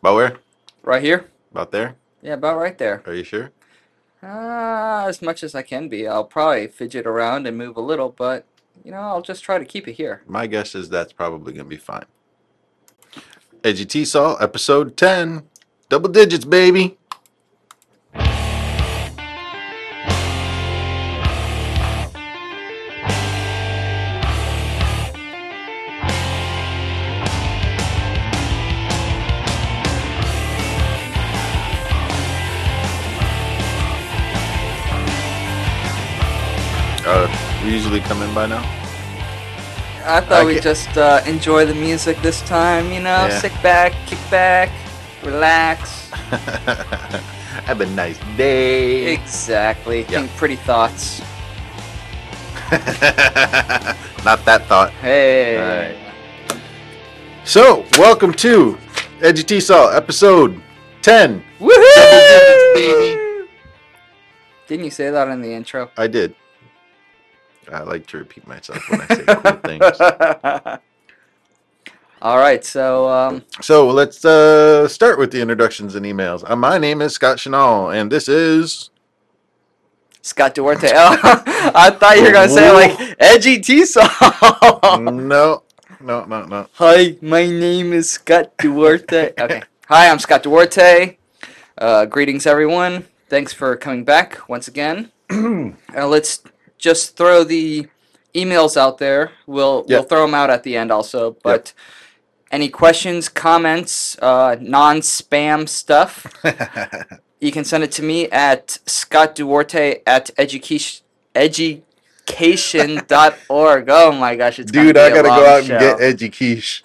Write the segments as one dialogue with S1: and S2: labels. S1: About where?
S2: Right here?
S1: About there?
S2: Yeah, about right there.
S1: Are you sure?
S2: Ah, as much as I can be. I'll probably fidget around and move a little, but you know, I'll just try to keep it here.
S1: My guess is that's probably going to be fine. AGT Saw, episode 10. Double digits, baby. Uh, we usually come in by now.
S2: I thought
S1: Okay.
S2: we'd just uh, enjoy the music this time, you know,
S1: Yeah.
S2: sit back, kick back, relax.
S1: Have a nice day.
S2: Exactly.
S1: Yeah.
S2: Think pretty thoughts.
S1: Not that thought.
S2: Hey.
S1: Alright. So, welcome to AGT Saw, episode 10.
S2: Woohoo!
S1: baby.
S2: Didn't you say that in the intro?
S1: I did. I like to repeat myself when I say cool things.
S2: All right, so um,
S1: So let's uh, start with the introductions and emails. Uh, my name is Scott Chanel, and this is
S2: Scott Duarte. Oh, I thought you were gonna say like edgy T
S1: Mm.
S2: song.
S1: no, no, no, no.
S2: Hi, my name is Scott Duarte. Okay. Hi, I'm Scott Duarte. Uh, greetings, everyone. Thanks for coming back once again. uh, let's just throw the emails out there. We'll we'll
S1: Yep.
S2: throw them out at the end also. But any questions, comments, uh, non-spam stuff, you can send it to me at scottduarte at education education.org. Oh my gosh, it's gonna
S1: Dude,
S2: be
S1: I
S2: a
S1: gotta
S2: long
S1: go out
S2: show.
S1: and get Edgy Quiche.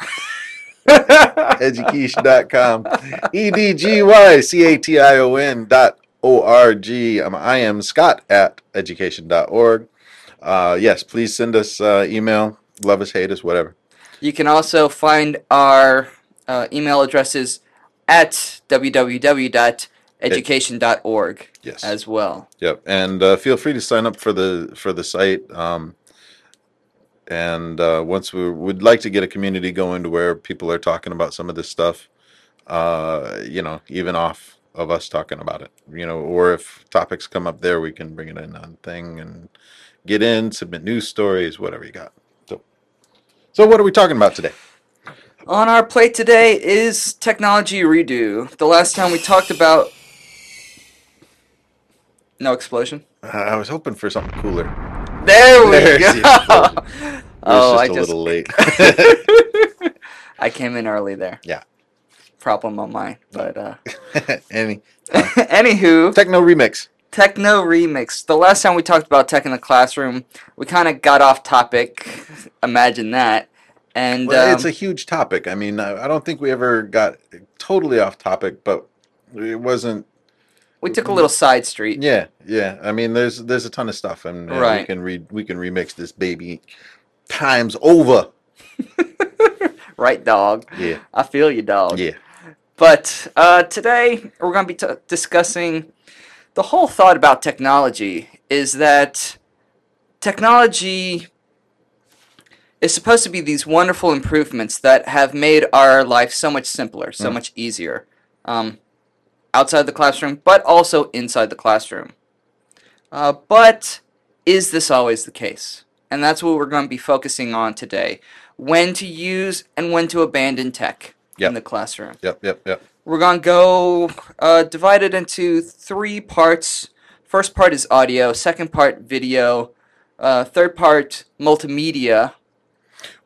S1: EdgyQuiche.com. E D G Y C A T I O N dot O R G. Um, I am Scott at education.org. Uh, yes, please send us uh, email. Love us, hate us, whatever.
S2: You can also find our uh, email addresses at www.education.org
S1: Yes.
S2: as well.
S1: Yep, and uh, feel free to sign up for the for the site. Um, and uh, once we would like to get a community going to where people are talking about some of this stuff, uh, you know, even off of us talking about it, you know, or if topics come up there, we can bring it in on thing and get in, submit news stories, whatever you got. So, so what are we talking about today?
S2: On our plate today is technology redo. The last time we talked about no explosion.
S1: Uh, I was hoping for something cooler.
S2: There we
S1: There's
S2: go.
S1: the explosion. It was
S2: oh,
S1: just
S2: I
S1: a
S2: just
S1: little late.
S2: I came in early there.
S1: Yeah.
S2: Problem on mine, but uh,
S1: Any
S2: anywho.
S1: techno remix.
S2: Techno Remix. The last time we talked about tech in the classroom, we kind of got off topic. Imagine that. And
S1: Well,
S2: um,
S1: it's a huge topic. I mean, I I don't think we ever got totally off topic, but it wasn't.
S2: we took a little side street.
S1: Yeah, yeah. I mean, there's there's a ton of stuff, and, and we
S2: Right.
S1: can read we can remix this baby times over.
S2: Right, dog.
S1: Yeah,
S2: I feel you, dog.
S1: yeah.
S2: But uh, today, we're going to be t- discussing the whole thought about technology is that technology is supposed to be these wonderful improvements that have made our life so much simpler, so
S1: Mm.
S2: much easier um, outside the classroom, but also inside the classroom. Uh, but is this always the case? And that's what we're going to be focusing on today when to use and when to abandon tech
S1: Yep.
S2: in the classroom
S1: Yep, yep, yep.
S2: we're gonna go uh, divide it into three parts. First part is audio. Second part video. Uh, third part multimedia.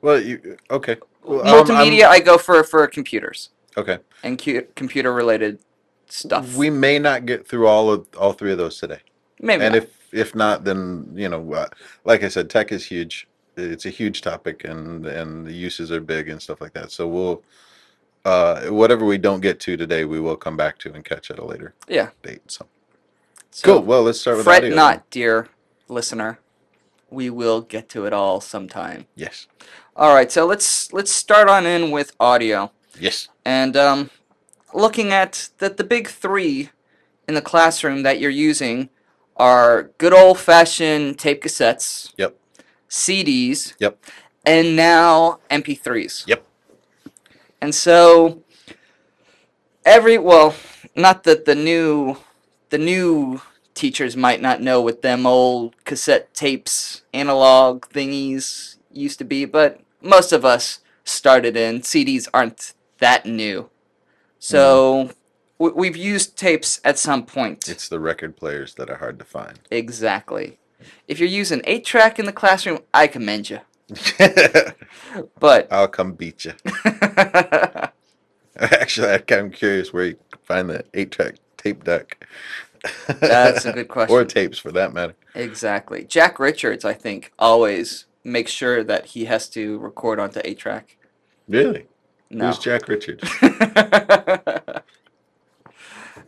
S1: Well, you okay? Well, um, I'm-
S2: multimedia I go for for computers
S1: okay.
S2: and cu- computer related stuff.
S1: We may not get through all of all three of those today,
S2: Maybe
S1: and
S2: not.
S1: if if not, then you know, uh, like I said, tech is huge. It's a huge topic, and and the uses are big and stuff like that. So we'll uh whatever we don't get to today, we will come back to and catch at a later
S2: yeah.
S1: date. So
S2: So
S1: cool. Well, let's start with
S2: fret
S1: audio.
S2: not,
S1: then.
S2: dear listener. We will get to it all sometime.
S1: Yes.
S2: All right. So let's let's start on in with audio.
S1: Yes.
S2: and um, looking at that the big three in the classroom that you're using are good old fashioned tape cassettes,
S1: Yep.
S2: CDs,
S1: Yep.
S2: and now MP3s.
S1: Yep.
S2: And so every well, not that the new the new teachers might not know what them old cassette tapes, analog thingies used to be, but most of us started in CDs aren't that new.
S1: Mm-hmm.
S2: So we, we've used tapes at some point.
S1: It's the record players that are hard to find.
S2: Exactly. If you're using 8 track in the classroom, I commend you. But
S1: I'll come beat you. Actually, I'm kind of curious where you can find the eight track tape deck.
S2: that's a good
S1: or
S2: question.
S1: tapes for that matter.
S2: Exactly. Jack Richards, I think, always makes sure that he has to record onto 8 track.
S1: Really?
S2: No.
S1: Who's Jack Richards?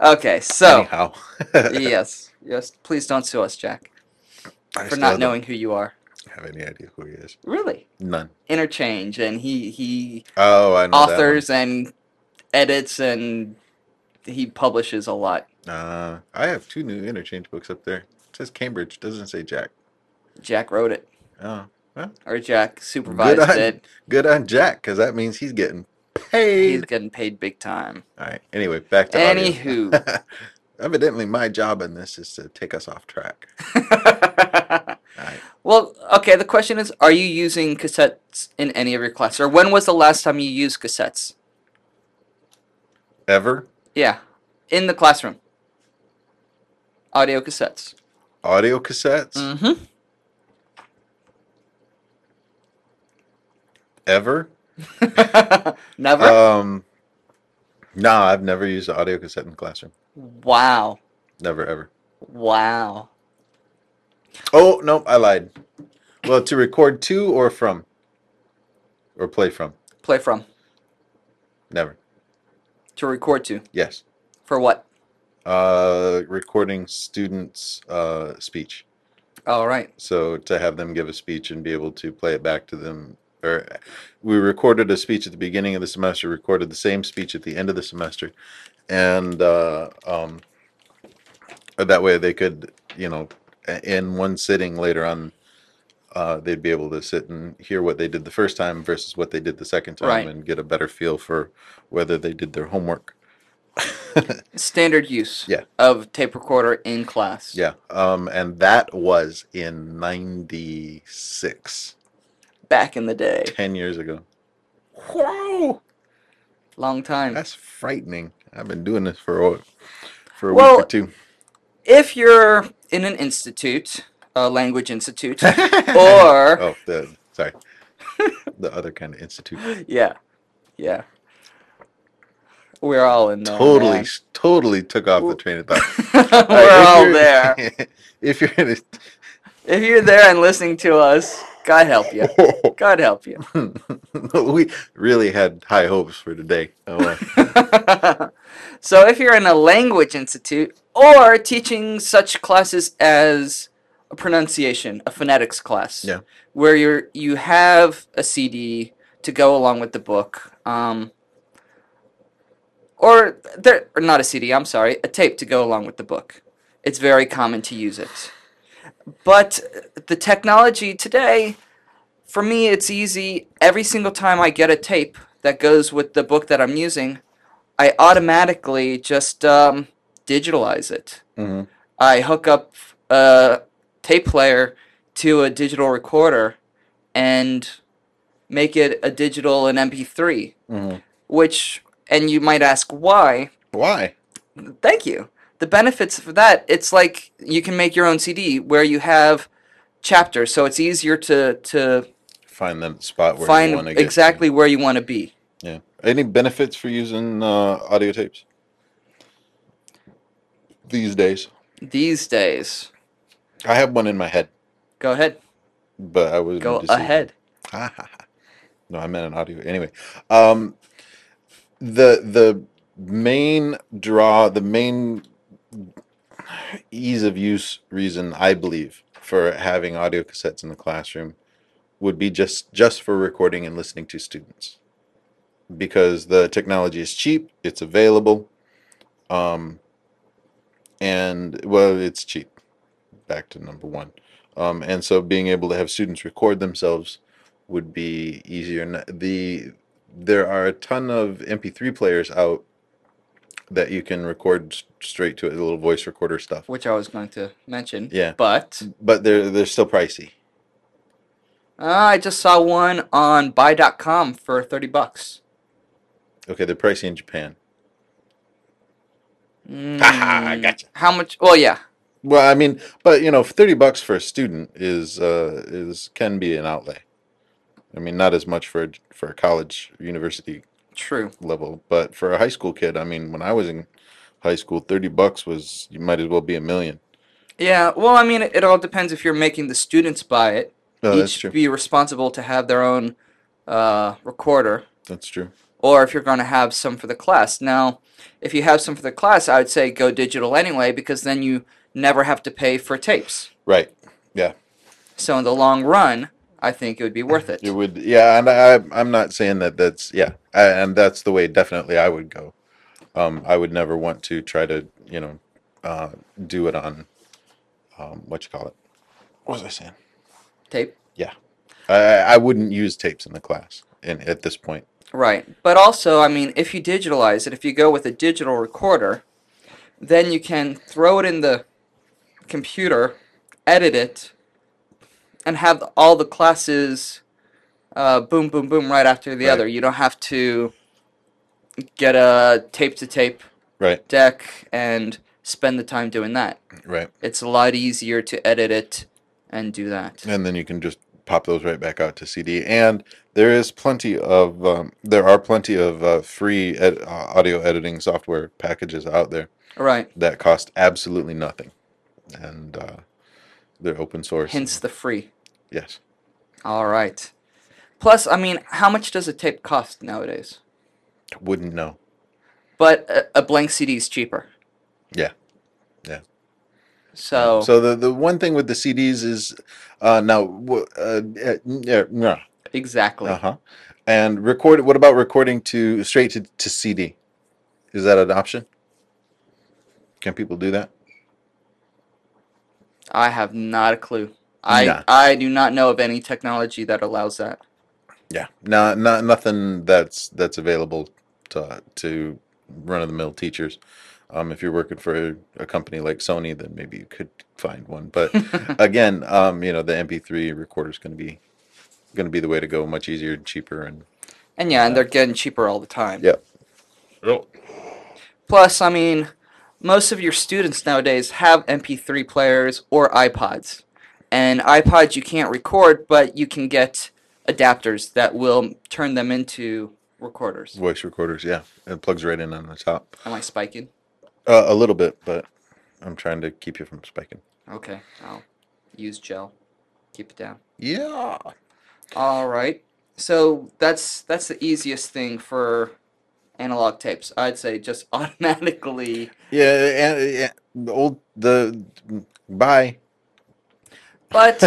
S2: okay, so
S1: Anyhow.
S2: yes, yes. Please don't sue us, Jack,
S1: I
S2: for
S1: still
S2: not
S1: don't
S2: knowing who you are.
S1: have any idea who he is.
S2: Really,
S1: None.
S2: interchange, and he he
S1: Oh, I know. that one.
S2: authors and edits and he publishes a lot.
S1: Uh, I have two new interchange books up there. It says Cambridge, doesn't say Jack.
S2: Jack wrote it,
S1: Oh,
S2: or Jack supervised
S1: on-
S2: it.
S1: good on Jack, because that means he's getting paid.
S2: He's getting paid big time.
S1: All right. Anyway, back to
S2: Anywho,
S1: audio. Evidently, my job in this is to take us off track. All right.
S2: well, okay. The question is, are you using cassettes in any of your classes, or when was the last time you used cassettes?
S1: Ever
S2: Yeah, in the classroom. Audio cassettes.
S1: audio cassettes?
S2: Mm-hmm.
S1: Ever?
S2: Never.
S1: Um, no, I've never used an audio cassette in the classroom.
S2: wow.
S1: Never ever.
S2: Wow.
S1: Oh no, I lied. Well, to record to or from, or play from.
S2: Play from
S1: Never.
S2: to record to
S1: Yes.
S2: for what?
S1: Uh, recording students' uh, speech.
S2: All right.
S1: So to have them give a speech and be able to play it back to them, or we recorded a speech at the beginning of the semester, recorded the same speech at the end of the semester, and uh, um, that way they could, you know, a- in one sitting later on, uh, they'd be able to sit and hear what they did the first time versus what they did the second time,
S2: Right.
S1: and get a better feel for whether they did their homework.
S2: Standard use.
S1: Yeah.
S2: Of tape recorder in class.
S1: Yeah, um, and that was in '96,
S2: Back in the day.
S1: ten years ago.
S2: Long time.
S1: That's frightening. I've been doing this for a, for a
S2: Well-
S1: week or two.
S2: If you're in an institute, a language institute, or
S1: oh, the sorry, the other kind of institute.
S2: yeah, yeah. We're all in there.
S1: totally,
S2: man.
S1: s- totally took off the
S2: Well-
S1: train of thought.
S2: We're
S1: Uh, if
S2: all
S1: you're-
S2: there.
S1: if you're in
S2: If you're there and listening to us, God help you. God help you.
S1: a, we really had high hopes for today. Oh, well.
S2: so if you're in a language institute or teaching such classes as a pronunciation, a phonetics class,
S1: Yeah.
S2: where you're you have a CD to go along with the book, um, or there or not a CD, I'm sorry, a tape to go along with the book. It's very common to use it, but the technology today for me, it's easy. Every single time I get a tape that goes with the book that I'm using, I automatically just um, digitalize it.
S1: Mhm.
S2: I hook up a tape player to a digital recorder and make it a digital and MP3.
S1: Mhm.
S2: Which, and you might ask why.
S1: Why?
S2: Thank you. The benefits for that, it's like you can make your own CD where you have chapters, so it's easier to to
S1: Find the spot where you want
S2: find
S1: to get
S2: exactly where you want to be.
S1: Yeah. Any benefits for using uh, audio tapes these days?
S2: These days,
S1: I have one in my head,
S2: go ahead,
S1: but I was
S2: go ahead.
S1: no, I meant an audio. Anyway, um, the the main draw, the main ease of use reason I believe for having audio cassettes in the classroom would be just just for recording and listening to students, because the technology is cheap, it's available, um, and well, it's cheap. Back to number one, um, and so being able to have students record themselves would be easier. N- The there are a ton of MP3 players out that you can record s- straight to it, the little voice recorder stuff.
S2: which I was going to mention.
S1: Yeah.
S2: But
S1: But they're they're still pricey.
S2: uh, I just saw one on buy.com for 30 bucks.
S1: Okay, they're pricey in Japan.
S2: Mm,
S1: gotcha.
S2: How much? Well, yeah.
S1: Well, I mean, but you know, thirty bucks for a student is uh, is can be an outlay. I mean, not as much for a, for a college university
S2: True.
S1: level, but for a high school kid, I mean, when I was in high school, thirty bucks was you might as well be a million.
S2: Yeah. Well, I mean, it, it all depends if you're making the students buy it.
S1: No, Oh, that's
S2: Each
S1: true.
S2: be responsible to have their own uh, recorder,
S1: That's true.
S2: or if you're going to have some for the class. Now, if you have some for the class, I would say go digital anyway, because then you never have to pay for tapes.
S1: Right.
S2: So in the long run, I think it would be worth it.
S1: It would, yeah, and I, I'm not saying that that's, yeah, I, and that's the way definitely I would go. Um, I would never want to try to, you know, uh, do it on, um, what you call it? What was I saying?
S2: Tape.
S1: I, I I wouldn't use tapes in the class in at this point.
S2: Right. But also, I mean, if you digitalize it, if you go with a digital recorder, then you can throw it in the computer, edit it, and have all the classes uh, boom, boom, boom right after the
S1: Right.
S2: other. You don't have to get a tape to tape
S1: Right.
S2: deck and spend the time doing that.
S1: Right.
S2: It's a lot easier to edit it and do that.
S1: And then you can just pop those right back out to CD. And there is plenty of, um, there are plenty of uh, free ed- uh, audio editing software packages out there.
S2: All right.
S1: that cost absolutely nothing, and uh, they're open source.
S2: Hence the free.
S1: yes,
S2: All right. Plus, I mean, how much does a tape cost nowadays?
S1: wouldn't know.
S2: But a, a blank CD is cheaper.
S1: Yeah. Yeah.
S2: So,
S1: So the the one thing with the CDs is uh, now wh- uh, uh, yeah,
S2: exactly.
S1: uh huh, and record. What about recording to straight to, to CD? Is that an option? Can people do that?
S2: I have not a clue. I
S1: Nah.
S2: I do not know of any technology that allows that.
S1: Yeah, no, not nothing that's that's available to to run of the mill teachers. Um, if you're working for a company like Sony, then maybe you could find one. But again, um, you know, the MP3 recorder is going to be going to be the way to go. Much easier and cheaper, and
S2: And yeah,
S1: Yeah.
S2: and they're getting cheaper all the time.
S1: Yeah.
S2: Plus, I mean, most of your students nowadays have MP3 players or iPods. And iPods you can't record, but you can get adapters that will turn them into recorders.
S1: voice recorders. Yeah, it plugs right in on the top
S2: Am I spiking?
S1: uh, a little bit, but I'm trying to keep you from spiking.
S2: Okay, I'll use gel. Keep it down.
S1: Yeah.
S2: All right. So that's that's the easiest thing for analog tapes. I'd say just automatically.
S1: Yeah, and yeah, the old the bye.
S2: But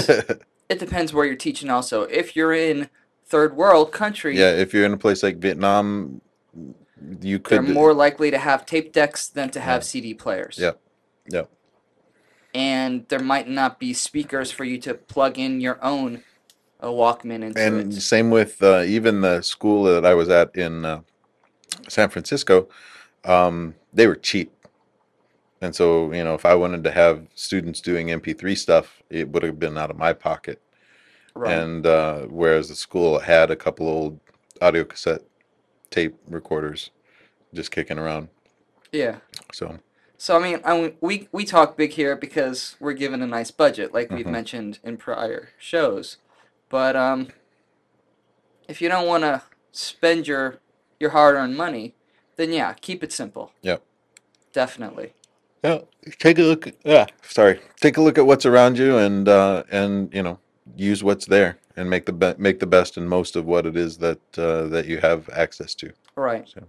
S2: it depends where you're teaching also. If you're in third world country,
S1: Yeah, if you're in a place like Vietnam, you
S2: they're
S1: could
S2: more likely to have tape decks than to have
S1: Yeah.
S2: CD players.
S1: Yep. Yep.
S2: And there might not be speakers for you to plug in your own uh, Walkman into
S1: and
S2: it.
S1: same with uh, even the school that I was at in uh, San Francisco, um, they were cheap. And so, you know, if I wanted to have students doing MP3 stuff, it would have been out of my pocket.
S2: Right.
S1: And uh, whereas the school had a couple old audio cassette tape recorders just kicking around.
S2: yeah.
S1: So,
S2: So I mean, I mean, we we talk big here because we're given a nice budget, like we've
S1: Mhm.
S2: mentioned in prior shows. But um, if you don't want to spend your your hard-earned money, then yeah, keep it simple.
S1: Yep.
S2: Definitely.
S1: yeah, take a look. Yeah, sorry. Take a look at what's around you, and uh, and you know, use what's there, and make the be- make the best and most of what it is that uh, that you have access to.
S2: Right.
S1: So-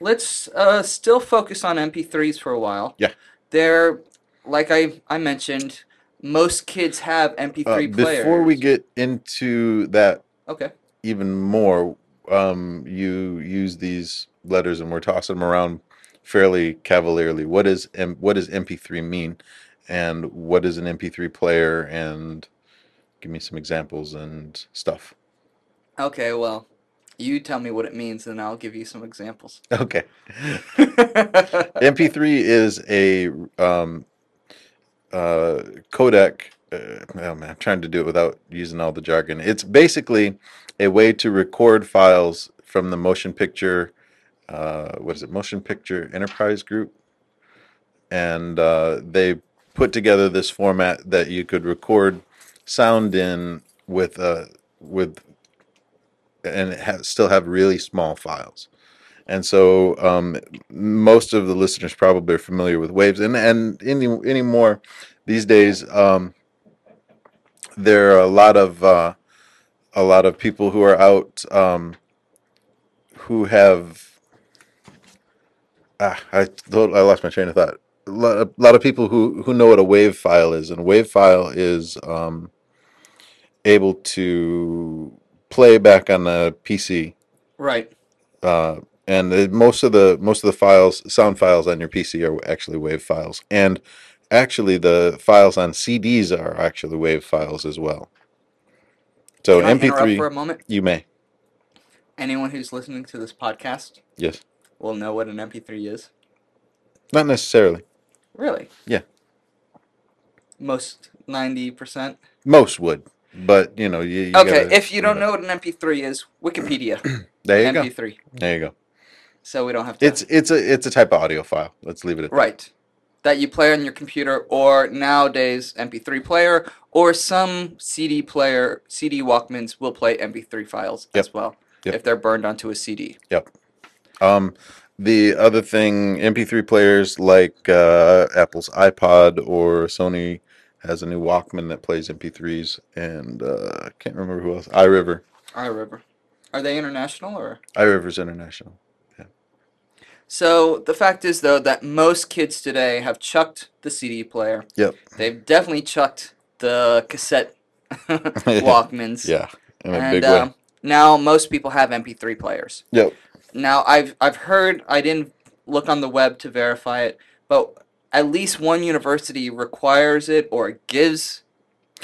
S2: Let's uh, still focus on MP3s for a while.
S1: Yeah.
S2: They're like I I mentioned, most kids have MP3
S1: Uh,
S2: players.
S1: before we get into that
S2: okay.
S1: even more, um, you use these letters and we're tossing them around fairly cavalierly. What is M- what does MP3 mean, and what is an MP3 player? And give me some examples and stuff.
S2: Okay, well, You tell me what it means, and I'll give you some examples.
S1: Okay. MP3 is a um, uh, codec. Uh, oh man, I'm trying to do it without using all the jargon. It's basically a way to record files from the motion picture. Uh, what is it? Motion Picture Enterprise Group, and uh, they put together this format that you could record sound in with uh, with and it ha- still have really small files. And so um, most of the listeners probably are familiar with waves, and and any any more these days. Um, there are a lot of uh, a lot of people who are out um, who have ah, I tot- I lost my train of thought. A lot, a lot of people who who know what a wave file is, and a wave file is um, able to play back on a PC.
S2: right.
S1: uh, and the, most of the most of the files, sound files on your PC are actually WAV files, and actually the files on CDs are actually WAV files as well. So
S2: Can I interrupt for
S1: MP3,
S2: a moment?
S1: you may
S2: Anyone who's listening to this podcast
S1: yes,
S2: will know what an MP3 is.
S1: not necessarily,
S2: Really?
S1: yeah,
S2: Most 90%.
S1: most would, but you know you you
S2: Okay,
S1: gotta
S2: if you
S1: you
S2: don't
S1: know
S2: know what an MP3 is, Wikipedia,
S1: there you go
S2: MP3.
S1: there you go.
S2: So we don't have to.
S1: It's it's a it's a type of audio file. Let's leave it at that.
S2: Right. That you play on your computer or nowadays MP3 player or some CD player, CD Walkmans will play MP3 files as
S1: Yep
S2: well
S1: yep
S2: if they're burned onto a CD.
S1: yep. Um, the other thing, MP3 players like uh, Apple's iPod or Sony has a new Walkman that plays MP3s, and uh, I can't remember who else. iRiver.
S2: I remember. Are they international or?
S1: iRiver's international. Yeah.
S2: So the fact is, though, that most kids today have chucked the CD player.
S1: Yep.
S2: They've definitely chucked the cassette Walkmans,
S1: yeah. In a
S2: and
S1: big way.
S2: um, now most people have MP3 players.
S1: Yep.
S2: Now I've I've heard I didn't look on the web to verify it, but at least one university requires it or gives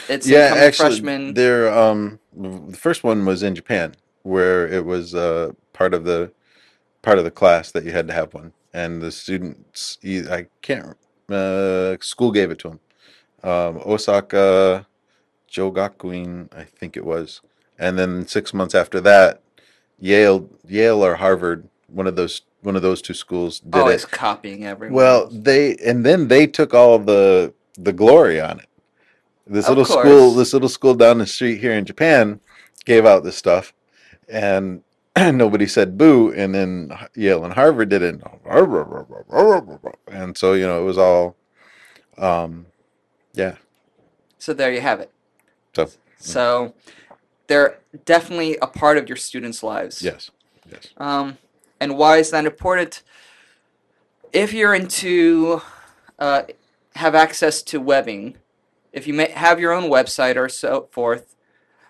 S2: its
S1: Yeah.
S2: incoming
S1: Actually,
S2: freshmen.
S1: there. Um, the first one was in Japan, where it was uh, part of the part of the class that you had to have one, and the students. e- I can't. Uh, school gave it to them. Um, Osaka. Jogakuin, I think it was. And then six months after that, Yale, Yale or Harvard, one of those one of those two schools did
S2: Always
S1: it.
S2: Oh, copying everyone
S1: Well,
S2: else.
S1: they and then they took all the the glory on it. This
S2: Of
S1: little school,
S2: course,
S1: this little school down the street here in Japan, gave out this stuff, and nobody said boo. And then Yale and Harvard did it, and so you know it was all, um, yeah.
S2: so there you have it.
S1: So mm,
S2: So they're definitely a part of your students' lives.
S1: yes, yes.
S2: Um, and why is that important? If you're into uh, have access to webbing, if you may have your own website or so forth,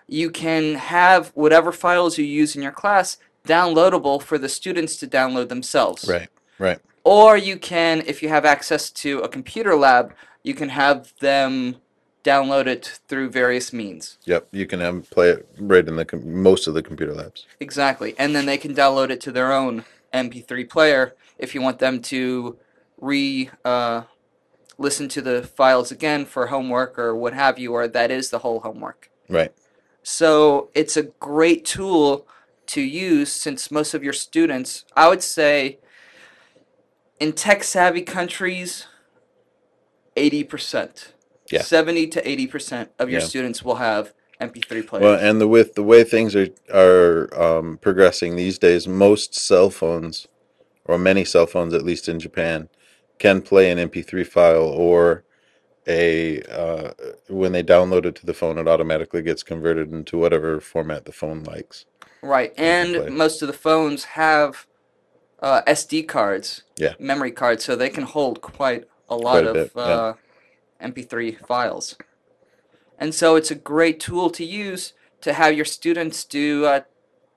S2: you can have whatever files you use in your class downloadable for the students to download themselves.
S1: Right, right.
S2: Or you can, if you have access to a computer lab, you can have them download it through various means.
S1: Yep, you can um, play it right in the com- most of the computer labs.
S2: Exactly. And then they can download it to their own MP3 player if you want them to re uh, listen to the files again for homework or what have you, or that is the whole homework.
S1: Right.
S2: So it's a great tool to use since most of your students, I would say in tech savvy countries, 80%,
S1: Yeah.
S2: 70 to 80% of your
S1: Yeah.
S2: students will have MP3
S1: Well,
S2: players.
S1: and the with the way things are are um, progressing these days, most cell phones or many cell phones, at least in Japan, can play an MP3 file or a uh, when they download it to the phone, it automatically gets converted into whatever format the phone likes,
S2: Right.
S1: so you can
S2: And
S1: play it.
S2: most of the phones have uh, SD cards,
S1: Yeah,
S2: memory cards, so they can hold quite a lot
S1: quite a
S2: of
S1: bit. Yeah.
S2: uh, MP3 files. And so it's a great tool to use to have your students do uh,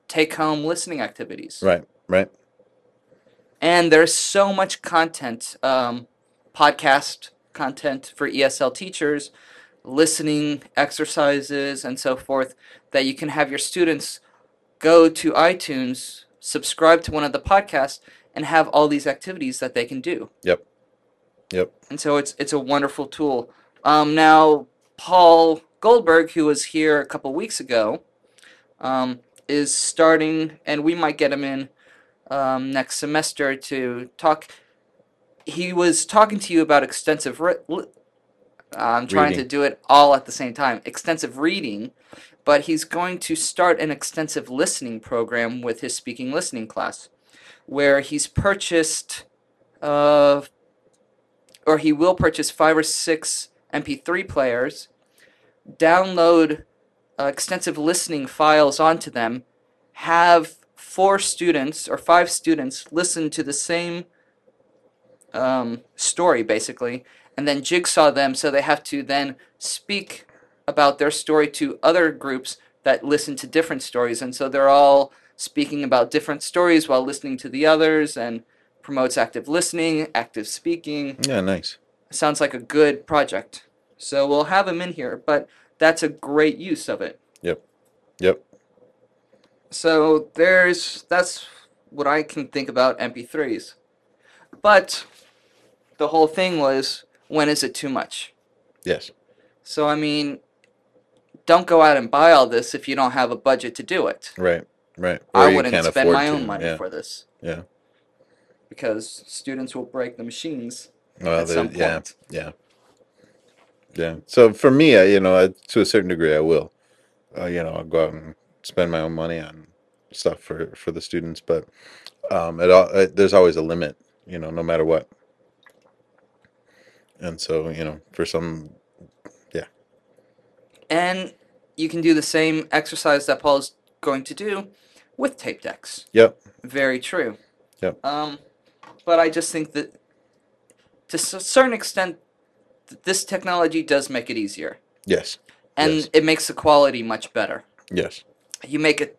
S2: take home listening activities.
S1: Right. Right.
S2: And there's so much content, um, podcast content for ESL teachers, listening exercises, and so forth, that you can have your students. go to iTunes, subscribe to one of the podcasts, and have all these activities that they can do.
S1: Yep. Yep.
S2: And so it's it's a wonderful tool. Um, now Paul Goldberg, who was here a couple weeks ago, um, is starting, and we might get him in um, next semester to talk. He was talking to you about extensive. Re- li- I'm trying to
S1: Reading.
S2: do it all at the same time. Extensive reading, but he's going to start an extensive listening program with his speaking listening class, where he's purchased, uh, or he will purchase five or six MP3 players, download uh, extensive listening files onto them, have four students or five students listen to the same um, story basically, and then jigsaw them so they have to then speak about their story to other groups that listen to different stories, and so they're all speaking about different stories while listening to the others and promotes active listening, active speaking
S1: Yeah. Nice.
S2: sounds like a good project. So we'll have him in here, but that's a great use of it.
S1: Yep. Yep.
S2: So there's that's what I can think about MP3s. But the whole thing was when is it too much?
S1: Yes.
S2: So I mean, don't go out and buy all this if you don't have a budget to do it.
S1: Right. Right. Or
S2: I
S1: you
S2: wouldn't
S1: can't
S2: spend
S1: afford
S2: my own
S1: to.
S2: money
S1: Yeah.
S2: for this.
S1: Yeah.
S2: Because students will break the machines
S1: Well,
S2: at
S1: there,
S2: some point.
S1: yeah. Yeah. Yeah. So for me, I, you know, I, to a certain degree, I will. Uh, you know, I'll go out and spend my own money on stuff for for the students, but um, it all uh there's always a limit. You know, no matter what. And so, you know, for some,
S2: And you can do the same exercise that Paul's going to do with tape decks.
S1: yep,
S2: Very true.
S1: Yep.
S2: Um, but I just think that to a certain extent, th- this technology does make it easier,
S1: yes,
S2: and
S1: Yes.
S2: it makes the quality much better.
S1: yes,
S2: You make it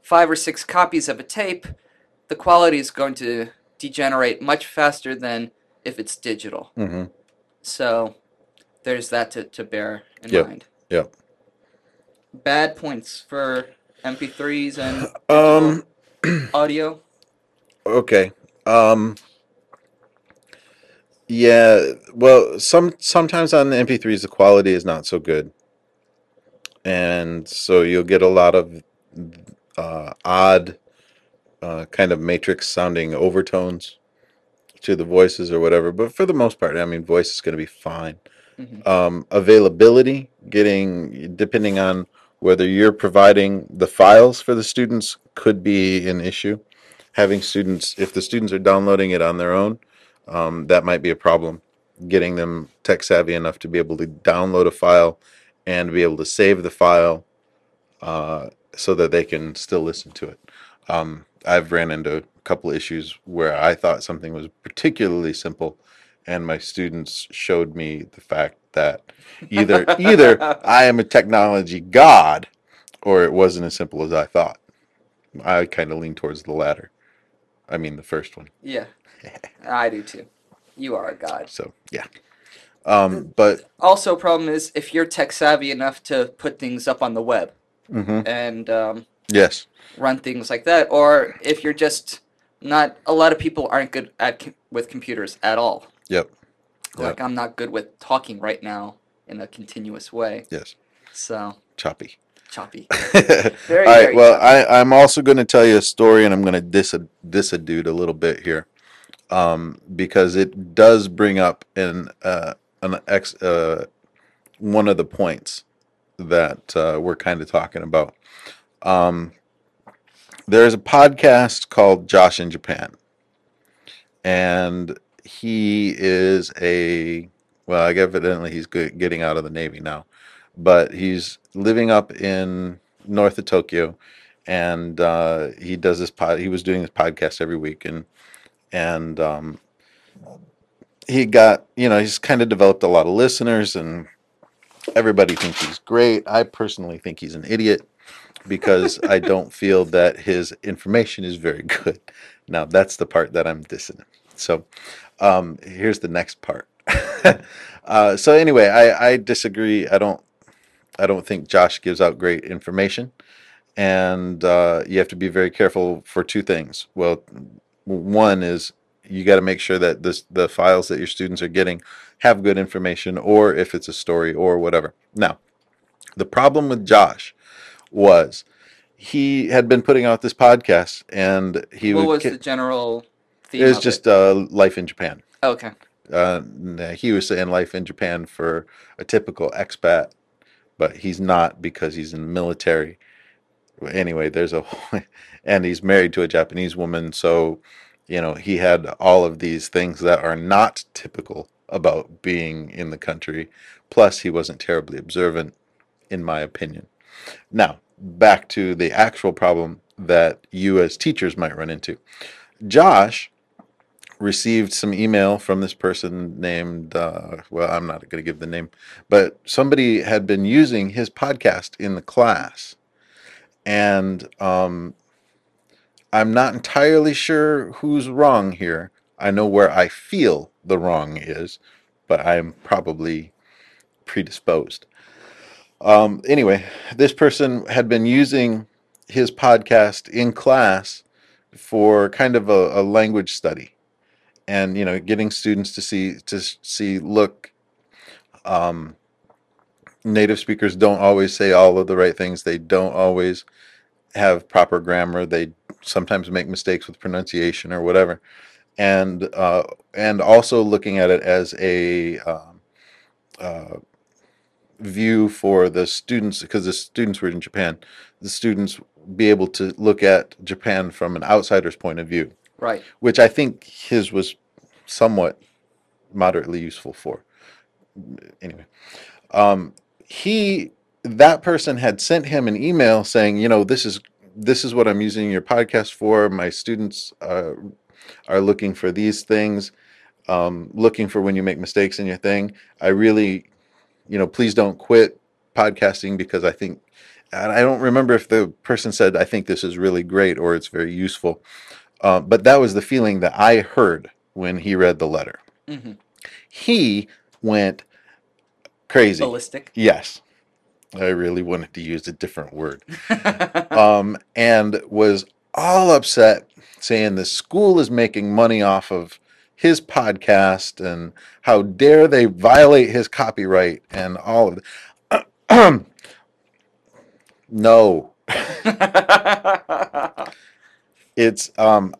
S2: five or six copies of a tape, the quality is going to degenerate much faster than if it's digital.
S1: hmm
S2: So there's that to, to bear in
S1: Yep.
S2: mind.
S1: Yep.
S2: Bad points for MP3s and
S1: Um,
S2: digital audio.
S1: okay, um, yeah. Well, some sometimes on the MP3s the quality is not so good, and so you'll get a lot of uh, odd, uh, kind of matrix sounding overtones to the voices or whatever. But for the most part, I mean, voice is going to be fine.
S2: hmm
S1: um, availability, getting depending on whether you're providing the files for the students could be an issue. Having students, if the students are downloading it on their own, um, that might be a problem. Getting them tech savvy enough to be able to download a file and be able to save the file uh, so that they can still listen to it. Um, I've ran into a couple of issues where I thought something was particularly simple, and my students showed me the fact that either either I am a technology god, or it wasn't as simple as I thought. I kind of lean towards the latter. I mean, the first one.
S2: Yeah, I do too. You are a god.
S1: So yeah. Um, but
S2: Also, problem is if you're tech savvy enough to put things up on the web
S1: mhm,
S2: and um,
S1: yes,
S2: run things like that, or if you're just not a lot of people aren't good at com- with computers at all.
S1: Yep.
S2: Like I'm not good with talking right now in a continuous way.
S1: yes,
S2: So
S1: choppy.
S2: choppy.
S1: All
S2: Very,
S1: right.
S2: very
S1: Well, I, I'm also going to tell you a story, and I'm going to diss a, diss a dude a little bit here, um, because it does bring up an uh, an ex uh, one of the points that uh, we're kind of talking about. Um, there's a podcast called Josh in Japan, and he is a well, I evidently he's good, getting out of the Navy now, but he's living up in north of Tokyo, and uh, he does this pod. He was doing this podcast every week, and and um, he got you know he's kind of developed a lot of listeners, and everybody thinks he's great. I personally think he's an idiot because I don't feel that his information is very good. Now, that's the part that I'm dissing. him. So, um, here's the next part. uh, so anyway, I, I disagree. I don't I don't think Josh gives out great information, and uh, you have to be very careful for two things. Well, one is you got to make sure that this the files that your students are getting have good information, or if it's a story or whatever. Now, the problem with Josh was he had been putting out this podcast, and he
S2: What
S1: would
S2: was
S1: ki-
S2: the general theme?
S1: it was
S2: of
S1: just uh, life in Japan.
S2: okay.
S1: Uh, n- he was saying life in Japan for a typical expat, but he's not because he's in the military. anyway, there's a whole- and he's married to a Japanese woman, so you know, he had all of these things that are not typical about being in the country. Plus, he wasn't terribly observant, in my opinion. Now, back to the actual problem that you as teachers might run into. Josh received some email from this person named uh, well i'm not going to give the name but somebody had been using his podcast in the class and um, I'm not entirely sure who's wrong here. I know where I feel the wrong is, but I'm probably predisposed. Um, anyway, this person had been using his podcast in class for kind of a, a language study, and you know, getting students to see to s- see look. Um, native speakers don't always say all of the right things. They don't always have proper grammar. They sometimes make mistakes with pronunciation or whatever. and uh, and also looking at it as a um, uh, view for the students because the students were in Japan, the students be able to look at Japan from an outsider's point of view,
S2: Right.
S1: which I think his was somewhat moderately useful for. Anyway, um, he that person had sent him an email saying, you know, this is this is what I'm using your podcast for. My students uh, are looking for these things. um, looking for when you make mistakes in your thing. I really, you know, please don't quit podcasting because I think, and I don't remember if the person said, I think this is really great or it's very useful. Uh, but that was the feeling that I heard when he read the letter.
S2: hmm
S1: He went crazy.
S2: Ballistic.
S1: Yes, I really wanted to use a different word. um, and was all upset saying the school is making money off of his podcast and how dare they violate his copyright and all of it. no, it's um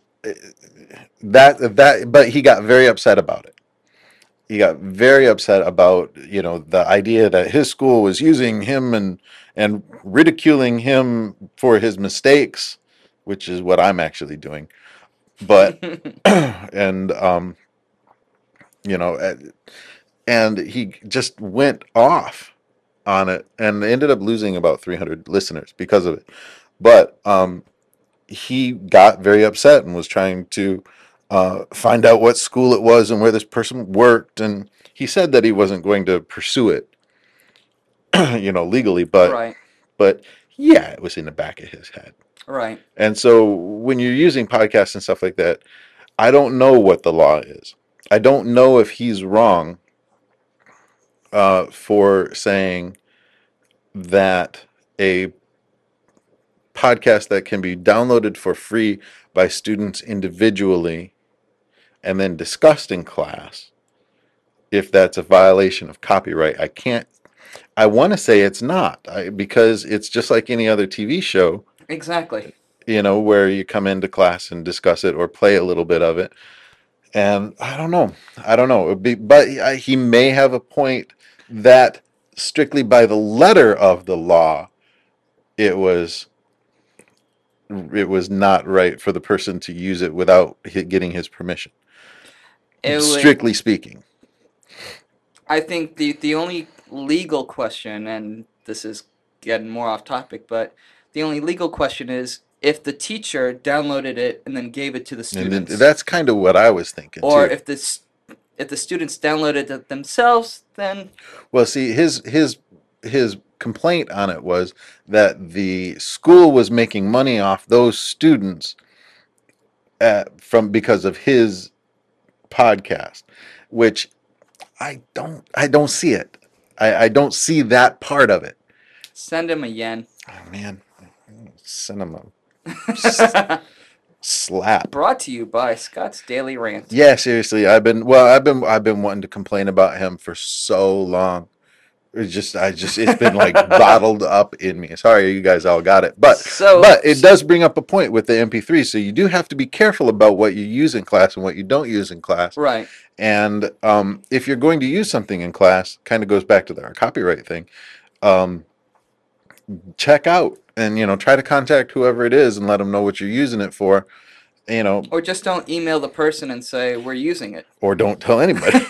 S1: that that but he got very upset about it. He got very upset about you know the idea that his school was using him and and ridiculing him for his mistakes, which is what I'm actually doing. But and um you know uh, and he just went off on it and they ended up losing about 300 listeners because of it but um he got very upset and was trying to uh, find out what school it was and where this person worked and he said that he wasn't going to pursue it you know legally but
S2: right.
S1: but yeah it was in the back of his head
S2: Right.
S1: and so when you're using podcasts and stuff like that i don't know what the law is i don't know if he's wrong uh, for saying that a podcast that can be downloaded for free by students individually and then discussed in class, if that's a violation of copyright, I can't. I want to say it's not I, because it's just like any other TV show,
S2: Exactly.
S1: you know, where you come into class and discuss it or play a little bit of it. And I don't know. I don't know. It'd be, but he I- he may have a point that strictly by the letter of the law, it was it was not right for the person to use it without hi- getting his permission.
S2: It would.
S1: Strictly speaking,
S2: I think the the only legal question, and this is getting more off topic, but the only legal question is if the teacher downloaded it and then gave it to the
S1: and then,
S2: students,
S1: that's kind of what I was thinking
S2: or
S1: too.
S2: if the s- if the students downloaded it themselves, then
S1: Well, see, his his his complaint on it was that the school was making money off those students at, from because of his podcast, which I don't I don't see it. I, I don't see that part of it.
S2: send him a yen.
S1: Oh man, cinema S- slap.
S2: Brought to you by Scott's Daily Rant.
S1: Yeah, seriously, I've been well, I've been I've been wanting to complain about him for so long. It's just I just it's been like bottled up in me. Sorry, you guys all got it, but
S2: So-
S1: but it does bring up a point with the MP3. So you do have to be careful about what you use in class and what you don't use in class.
S2: Right.
S1: And um, if you're going to use something in class, kind of goes back to the copyright thing. Um, check out and you know try to contact whoever it is and let them know what you're using it for. You know,
S2: Or just don't email the person and say we're using it.
S1: or don't tell anybody.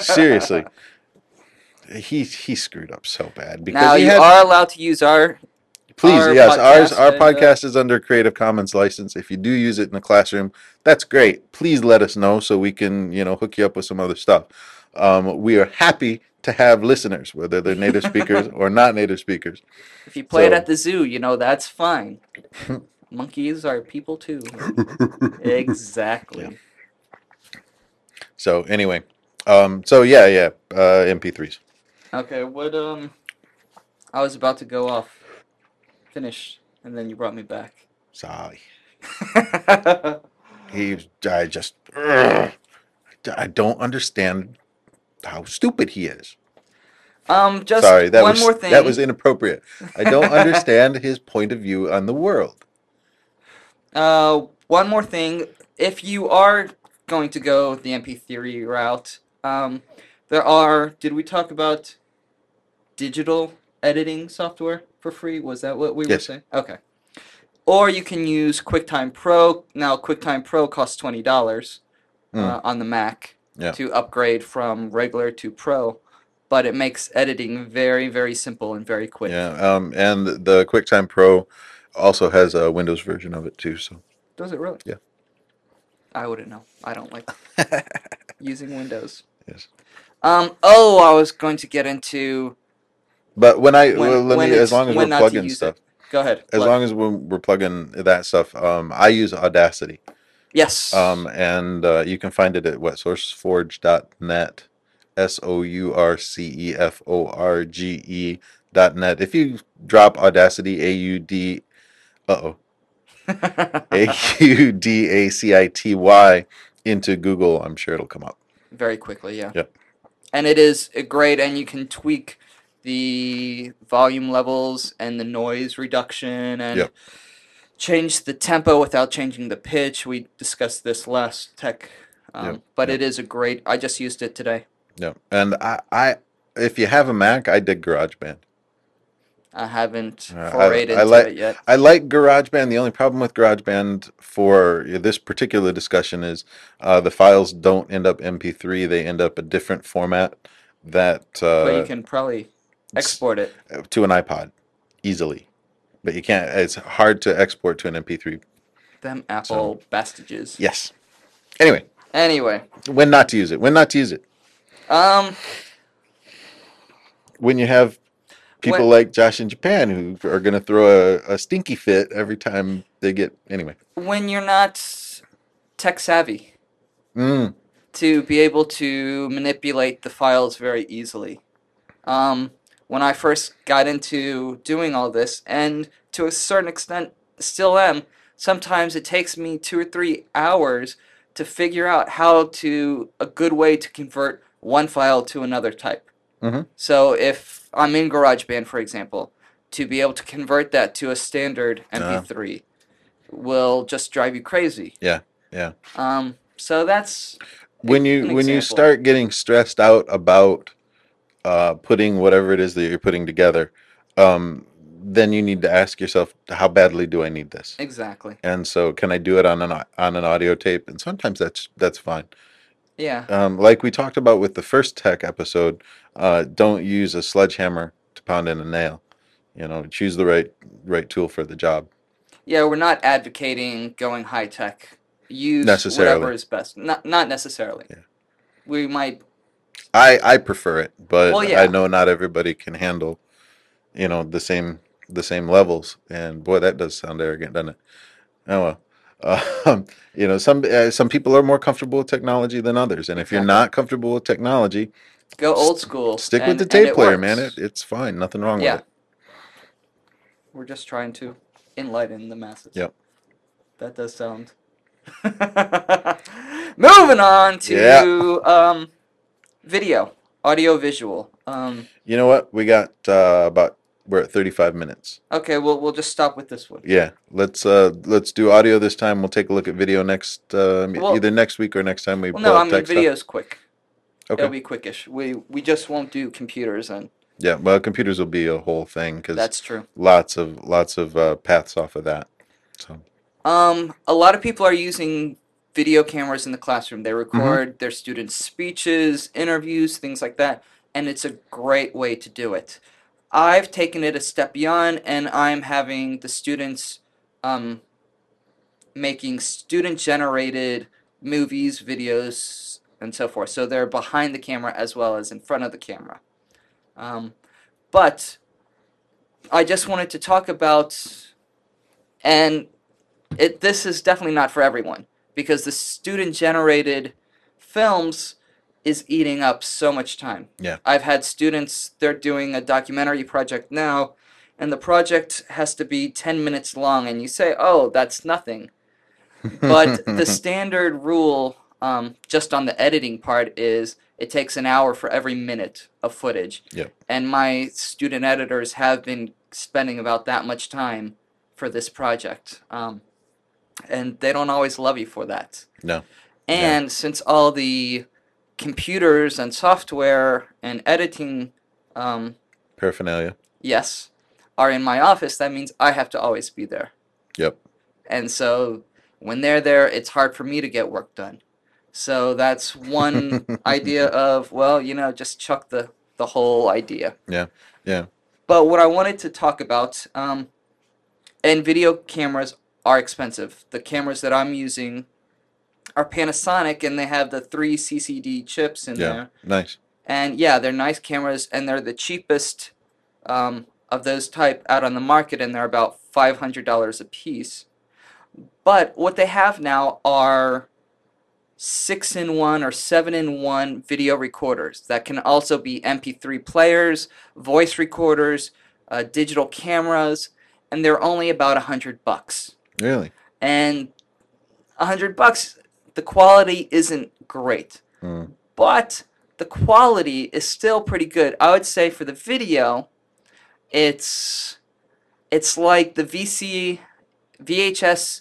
S1: Seriously, he he screwed up so bad because
S2: now
S1: he
S2: you
S1: had,
S2: are allowed to use our
S1: please
S2: our
S1: yes ours
S2: podcast
S1: our
S2: and, uh,
S1: podcast is under Creative Commons license. If you do use it in the classroom, that's great. Please let us know so we can you know hook you up with some other stuff. Um, we are happy to have listeners, whether they're native speakers or not native speakers.
S2: If you play it
S1: So-
S2: at the zoo, you know that's fine. Monkeys are people too. exactly.
S1: Yeah. So anyway, um, so yeah, yeah, uh, MP3s.
S2: Okay, what um I was about to go off finish and then you brought me back.
S1: Sorry, he I just I don't understand how stupid he is.
S2: um just
S1: Sorry, that
S2: one
S1: was
S2: more thing.
S1: that was inappropriate. I don't understand his point of view on the world.
S2: Uh, one more thing. If you are going to go the MP3 route, um, there are. Did we talk about digital editing software for free? Was that what we were
S1: Yes.
S2: saying? Okay. Or you can use QuickTime Pro. Now, QuickTime Pro costs twenty dollars uh, on the Mac
S1: Hmm. Yeah.
S2: to upgrade from regular to Pro, but it makes editing very, very simple and very quick.
S1: Yeah, um, and the QuickTime Pro also has a Windows version of it too. So
S2: Does it really?
S1: Yeah.
S2: I wouldn't know. I don't like using Windows.
S1: Yes.
S2: Um. Oh, I was going to get into.
S1: but when I
S2: When-
S1: well, let
S2: when
S1: me as
S2: it's-
S1: long as we're
S2: when not to
S1: plugging
S2: use it.
S1: stuff,
S2: Go ahead.
S1: as
S2: Look.
S1: long as we're, we're plugging that stuff, um, I use Audacity,
S2: Yes.
S1: um, and uh, you can find it at wetsourceforge.net, s o u r c e f o r g e dot net. If you drop Audacity, a u d, uh oh, A U D A C I T Y into Google, I'm sure it'll come up.
S2: Very quickly, yeah.
S1: Yep.
S2: And it is uh, great, and you can tweak the volume levels and the noise reduction, and
S1: Yep.
S2: change the tempo without changing the pitch. We discussed this last tech, um,
S1: Yep,
S2: but
S1: yep.
S2: it is a great. I just used it today.
S1: Yeah. And I, I if you have a Mac, I dig GarageBand.
S2: I haven't
S1: Uh, I-
S2: forayed
S1: I
S2: into
S1: like-
S2: it yet.
S1: I like GarageBand. The only problem with GarageBand for this particular discussion is uh, the files don't end up MP3, they end up a different format that
S2: but
S1: uh,
S2: you can probably
S1: s-
S2: export it.
S1: to an iPod easily. But you can't, it's hard to export to an MP3.
S2: Them Apple bastages.
S1: Yes. Anyway,
S2: Anyway,
S1: when not to use it, when not to use it.
S2: um,
S1: when you have people
S2: When-
S1: like Josh in Japan who are going to throw a, a stinky fit every time they get anyway.
S2: when you're not tech savvy,
S1: Mm,
S2: to be able to manipulate the files very easily. Um, when I first got into doing all this, and to a certain extent still am, sometimes it takes me two or three hours to figure out how to a good way to convert one file to another type.
S1: Mhm.
S2: So if I'm in GarageBand, for example, to be able to convert that to a standard MP3 will just drive you crazy.
S1: Yeah, yeah.
S2: Um, so that's
S1: when you
S2: an
S1: when you
S2: example.
S1: start getting stressed out about uh, putting whatever it is that you're putting together, um, then you need to ask yourself, how badly do I need this?
S2: Exactly.
S1: And so, can I do it on an au- on an audio tape? And sometimes that's that's fine.
S2: Yeah.
S1: um, like we talked about with the first tech episode, uh, don't use a sledgehammer to pound in a nail. You know, choose the right right tool for the job.
S2: Yeah, we're not advocating going high tech. Use
S1: Necessarily.
S2: whatever is best. Not not necessarily.
S1: Yeah.
S2: We might
S1: I I prefer it, but
S2: Well, yeah.
S1: I know not everybody can handle, you know, the same the same levels. And boy, that does sound arrogant, doesn't it? Oh well. Um, you know, some uh, some people are more comfortable with technology than others, and if you're
S2: Exactly.
S1: not comfortable with technology,
S2: go old school.
S1: stick
S2: and-
S1: with the
S2: and
S1: tape
S2: it
S1: player, man.
S2: works.
S1: It, it's fine, nothing wrong
S2: yeah.
S1: with it.
S2: We're just trying to enlighten the masses.
S1: Yep.
S2: That does sound. Moving on to um, video, audio, visual. Um,
S1: You know what? We got uh, about we're at 35 minutes.
S2: okay, we'll we'll just stop with this one.
S1: Yeah, let's uh, let's do audio this time. We'll take a look at video next um,
S2: Well-
S1: either next week or next time we
S2: Well,
S1: pull
S2: no,
S1: up
S2: I mean
S1: tech stuff.
S2: video's quick. It'll
S1: Okay.
S2: be quickish. We we just won't do computers, and
S1: Yeah, well, computers will be a whole thing because
S2: that's true.
S1: lots of lots of uh, paths off of that. So
S2: Um, a lot of people are using video cameras in the classroom. They record their students' speeches, interviews, things like that, and it's a great way to do it. I've taken it a step beyond, and I'm having the students um, making student generated movies, videos, and so forth. So they're behind the camera as well as in front of the camera. Um, but I just wanted to talk about, and it this is definitely not for everyone because the student generated films is eating up so much time.
S1: Yeah.
S2: I've had students they're doing a documentary project now and the project has to be 10 minutes long and you say, "Oh, that's nothing." But the standard rule um, just on the editing part is it takes an hour for every minute of footage.
S1: Yeah.
S2: And my student editors have been spending about that much time for this project. Um, and they don't always love you for that.
S1: No.
S2: And since all the computers and software and editing, um,
S1: paraphernalia.
S2: yes, are in my office, that means I have to always be there.
S1: Yep.
S2: And so when they're there, it's hard for me to get work done. So that's one idea of, well, you know, just chuck the, the whole idea.
S1: Yeah, yeah.
S2: But what I wanted to talk about, um, and video cameras are expensive. The cameras that I'm using are Panasonic, and they have the three CCD chips in
S1: Yeah.
S2: there.
S1: Nice.
S2: And yeah, they're nice cameras, and they're the cheapest um, of those type out on the market, and they're about five hundred dollars a piece. But what they have now are six in one or seven in one video recorders that can also be MP3 players, voice recorders, uh, digital cameras, and they're only about a hundred bucks
S1: Really.
S2: and a hundred bucks the quality isn't great
S1: Mm.
S2: but the quality is still pretty good i would say for the video it's it's like the vc vhs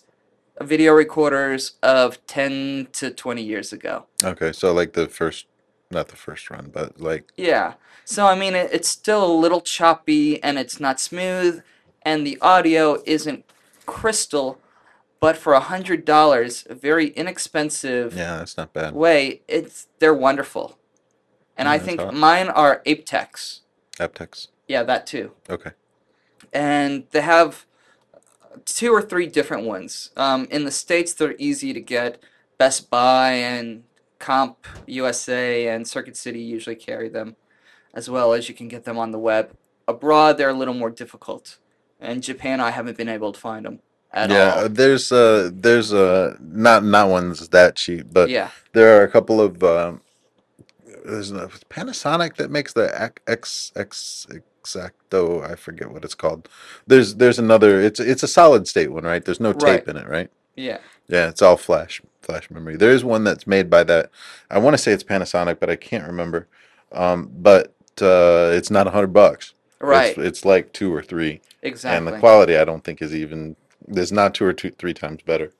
S2: video recorders of 10 to 20 years ago
S1: Okay. So like the first, not the first run, but like
S2: Yeah. So I mean, it, it's still a little choppy and it's not smooth, and the audio isn't crystal. But for a hundred dollars, a very inexpensive
S1: yeah, that's not bad.
S2: way, it's they're wonderful. And
S1: Yeah,
S2: I
S1: that's
S2: think
S1: hot.
S2: mine are Aptex.
S1: Aptex.
S2: Yeah, that too.
S1: Okay.
S2: And they have two or three different ones. Um, in the states, they're easy to get. Best Buy and Comp USA and Circuit City usually carry them, as well as you can get them on the web. Abroad, they're a little more difficult. In Japan, I haven't been able to find them at
S1: yeah.
S2: all.
S1: There's uh there's uh not not one's that cheap, but
S2: yeah,
S1: there are a couple of um, there's a it's Panasonic that makes the Ac- X X Exacto. I forget what it's called. There's there's another. It's it's a solid state one, right? There's no tape
S2: Right.
S1: in it, right?
S2: yeah.
S1: Yeah, it's all flash flash memory. There is one that's made by that. I want to say it's Panasonic, but I can't remember. Um, but uh, it's not a hundred bucks.
S2: Right,
S1: It's, it's like two or three,
S2: exactly.
S1: and the quality I don't think is even. There's not two or two three times better.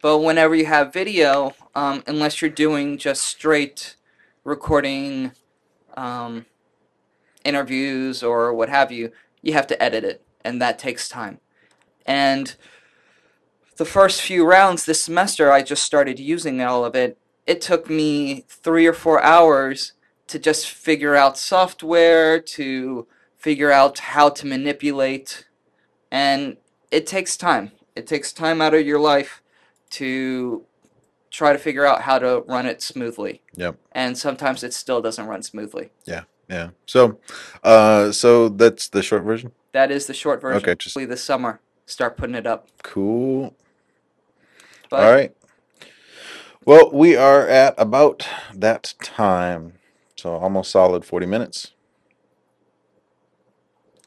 S2: But whenever you have video, um, unless you're doing just straight recording um, interviews or what have you, you have to edit it, and that takes time. And the first few rounds this semester, I just started using all of it. It took me three or four hours to just figure out software, to figure out how to manipulate, and it takes time. It takes time out of your life to try to figure out how to run it smoothly.
S1: Yep.
S2: And sometimes it still doesn't run smoothly.
S1: Yeah. So, uh, so that's the short version.
S2: That is the short version.
S1: Okay, just-
S2: Hopefully this summer, start putting it up.
S1: Cool.
S2: But
S1: All right. Well, we are at about that time. So almost solid 40 minutes.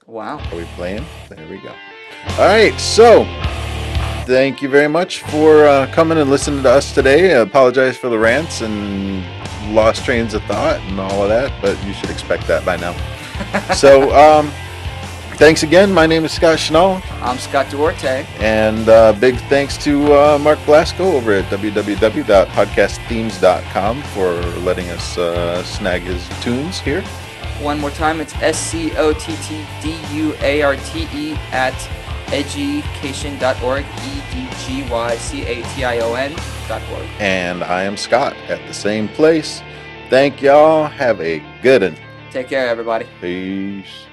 S2: wow.
S1: Are we playing? There we go. All right, so thank you very much for uh, coming and listening to us today. I apologize for the rants and lost trains of thought and all of that, but you should expect that by now. so, um, thanks again. My name is Scott Schnall,
S2: I'm Scott Duarte.
S1: and uh, big thanks to uh, Mark Blasco over at www.podcastthemes.com for letting us uh, snag his tunes here.
S2: One more time, it's S C O T T D U A R T E at education.org, E D G Y C A T I O N dot org.
S1: And I am Scott at the same place. Thank y'all. Have a good one.
S2: Take care, everybody.
S1: Peace.